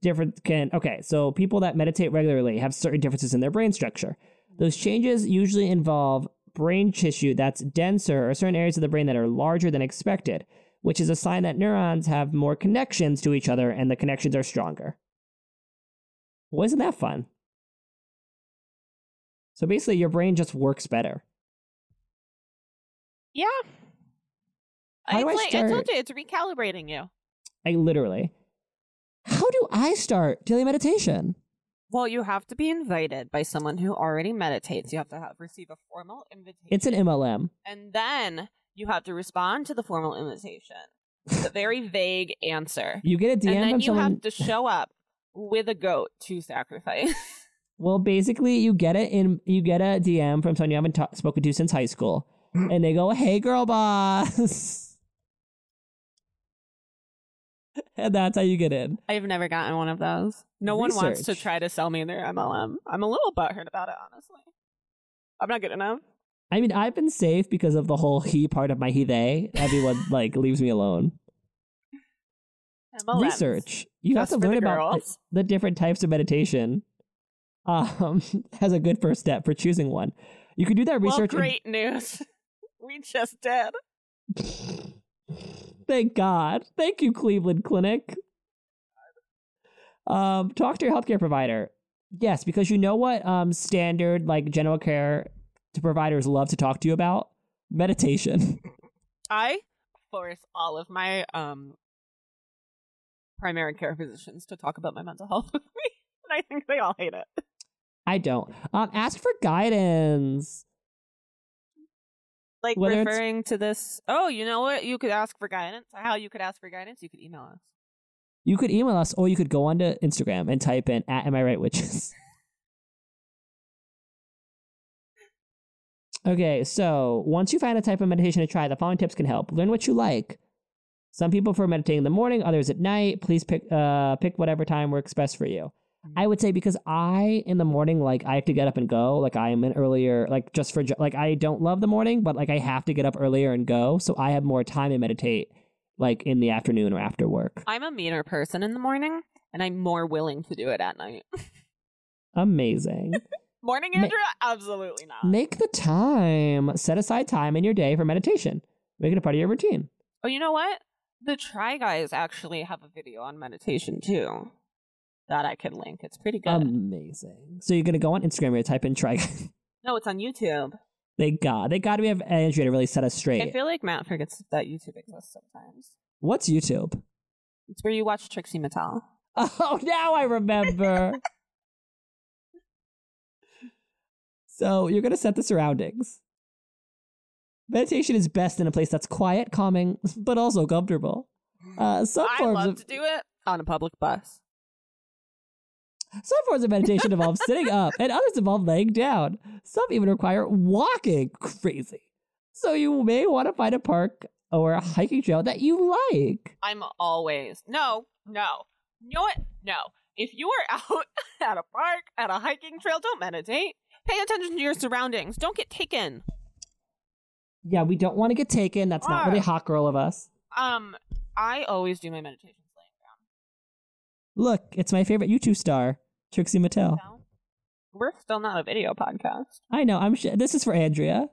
different can. Okay, so people that meditate regularly have certain differences in their brain structure. Those changes usually involve brain tissue that's denser or certain areas of the brain that are larger than expected, which is a sign that neurons have more connections to each other and the connections are stronger. Wasn't that fun? So basically, your brain just works better. Yeah. How I, do I explained- I told start? you it's recalibrating you. I literally. How do I start daily meditation? Well, you have to be invited by someone who already meditates. You have to have receive a formal invitation. It's an MLM. and then you have to respond to the formal invitation. It's a very vague answer. You get a and DM then from you someone. have to show up with a goat to sacrifice. Well, basically, you get it in. You get a DM from someone you haven't ta- spoken to since high school, and they go, "Hey, girl boss," and that's how you get in. I've never gotten one of those. No one wants to Research. try to sell me their MLM. I'm a little butthurt about it, honestly. I'm not good enough. I mean, I've been safe because of the whole he part of my he they. Everyone like leaves me alone. MLMs. research. You Just have for the to learn about the, girls. the different types of meditation. Um, as a good first step for choosing one, you could do that Well, research. in- great news. we just did. Thank God. Thank you, Cleveland Clinic. Um, talk to your healthcare provider. Yes, because you know what um standard like general care to providers love to talk to you about meditation. I force all of my um primary care physicians to talk about my mental health with me, and I think they all hate it. I don't. Um, ask for guidance. Like Whether it's- referring to this. Oh, you know what? You could ask for guidance. How you could ask for guidance? You could email us. You could email us or you could go onto Instagram and type in at am I right witches. okay, so once you find a type of meditation to try, the following tips can help. Learn what you like. Some people prefer meditating in the morning, others at night. Please pick uh pick whatever time works best for you. I would say because I in the morning like I have to get up and go. Like I am an earlier like just for jo- like I don't love the morning, but like I have to get up earlier and go, so I have more time to meditate like in the afternoon or after work. I'm a meaner person in the morning, and I'm more willing to do it at night. Amazing. Morning, Ma- Andrea? Absolutely not. Make the time. Set aside time in your day for meditation. Make it a part of your routine. oh, you know what? The Try Guys actually have a video on meditation too that I could link. It's pretty good. Um Amazing. So you're gonna go on Instagram. You type in try. no, it's on YouTube. Thank God. Thank God we have Andrea to really set us I straight. feel like Matt forgets that YouTube exists sometimes. What's YouTube? It's where you watch Trixie Mattel. Oh, now I remember. so you're gonna set the surroundings. Meditation is best in a place that's quiet, calming, but also comfortable. Uh, some I forms love of to do it on a public bus. Some forms of meditation involve sitting up, and others involve laying down. Some even require walking. Crazy. So you may want to find a park or a hiking trail that you like. I'm always no, no, you know what? No. If you are out at a park, at a hiking trail, don't meditate. Pay attention to your surroundings. Don't get taken. Yeah, we don't want to get taken. That's not really hot girl of us. Um, I always do my meditations laying Look, it's my favorite YouTube star, Trixie Mattel. down. So, We're still not a video podcast. I know. I'm. Sh- this is for Andrea.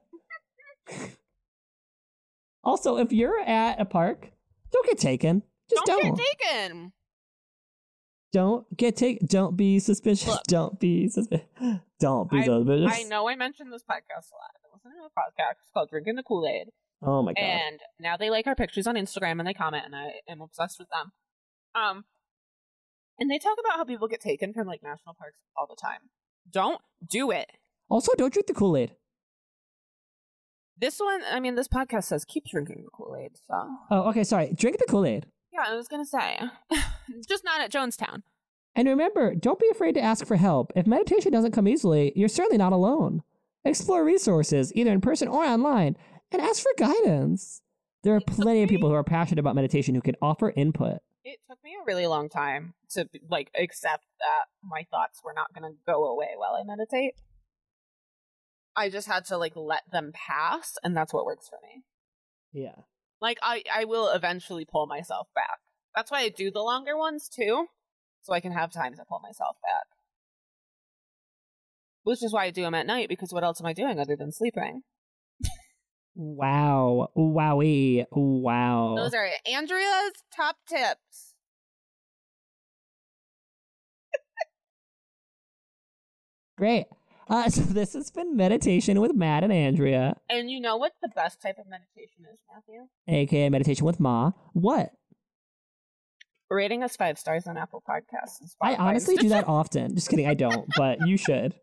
also, if you're at a park, don't get taken. Just don't. don't get taken. don't get taken. Don't be suspicious. Look. don't be suspicious. Don't be suspicious. I know I mentioned this podcast a lot. I listen to a podcast It's called Drinking the Kool Aid. Oh my god. and now they like our pictures on Instagram and they comment, and I am obsessed with them. Um, and they talk about how people get taken from like national parks all the time. Don't do it. Also, don't drink the Kool Aid. This one, I mean, this podcast says keep drinking the Kool Aid. So Oh, okay. Sorry. Drink the Kool Aid. yeah, I was gonna say Just not at Jonestown. And remember, don't be afraid to ask for help. If meditation doesn't come easily, you're certainly not alone. Explore resources, either in person or online, and ask for guidance. There are plenty of people who are passionate about meditation who can offer input. It took me a really long time to like accept that my thoughts were not going to go away while I meditate. I just had to like let them pass, and that's what works for me. Yeah. Like I, I will eventually pull myself back. That's why I do the longer ones too, so I can have time to pull myself back. Which is why I do them at night because what else am I doing other than sleeping? Wow. Wowie. Wow. Those are Andrea's top tips. Great. Uh, so this has been meditation with Matt and Andrea, And you know what the best type of meditation is, Matthew? aka meditation with Ma. What? Rating us five stars on Apple Podcasts. And I Spotify. honestly do that often. Just kidding, I don't, but you should.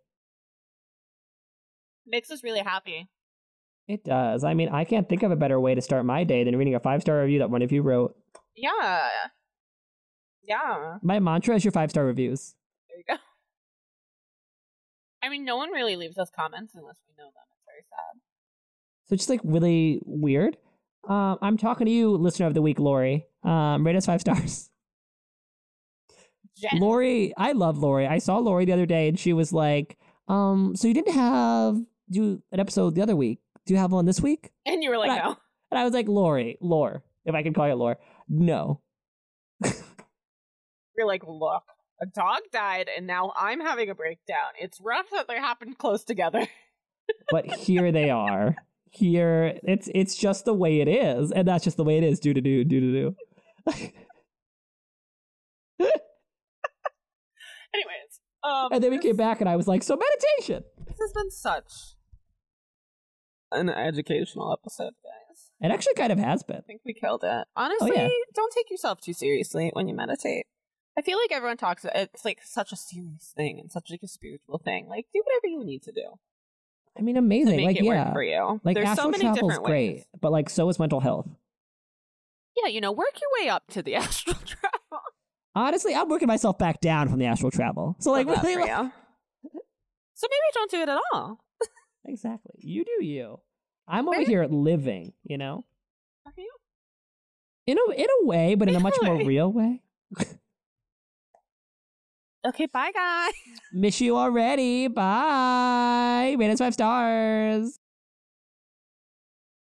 makes us really happy. It does. I mean, I can't think of a better way to start my day than reading a five star review that one of you wrote. Yeah, yeah. My mantra is your five star reviews. There you go. I mean, no one really leaves us comments unless we know them. It's very sad. So just like really weird. Um, I'm talking to you, listener of the week, Lori. Um, rate us five stars. Jen, Lori, I love Lori. I saw Lori the other day and she was like, um, so you didn't have do an episode the other week. Do you have one this week? and you were like, "Oh," Right. no. And I was like, Lori, Lore, if I can call you Lore. No. You're like, look, a dog died, and now I'm having a breakdown. It's rough that they happened close together. But here they are. Here it's it's just the way it is. And that's just the way it is. Do to do, do to do. Anyways, um, And then we this- came back and I was like, so meditation. This has been such an educational episode, guys. It actually kind of has been. I think we killed it. Honestly, Oh, yeah. don't take yourself too seriously when you meditate. I feel like everyone talks it's like such a serious thing and such like a spiritual thing. Like do whatever you need to do I mean, to amazing. make Like, it yeah. work for you. Like, There's so astral many travel's different great, ways. but like, so is mental health. Yeah, you know, work your way up to the astral travel. Honestly, I'm working myself back down from the astral travel. So, like, Love that really, for like- you. So maybe don't do it at all. exactly. You do you. I'm over Right? here living, you know, Are you? in a in a way, but in a much more Really? real way. Okay, bye guys. Miss you already. Bye. Rate us five stars.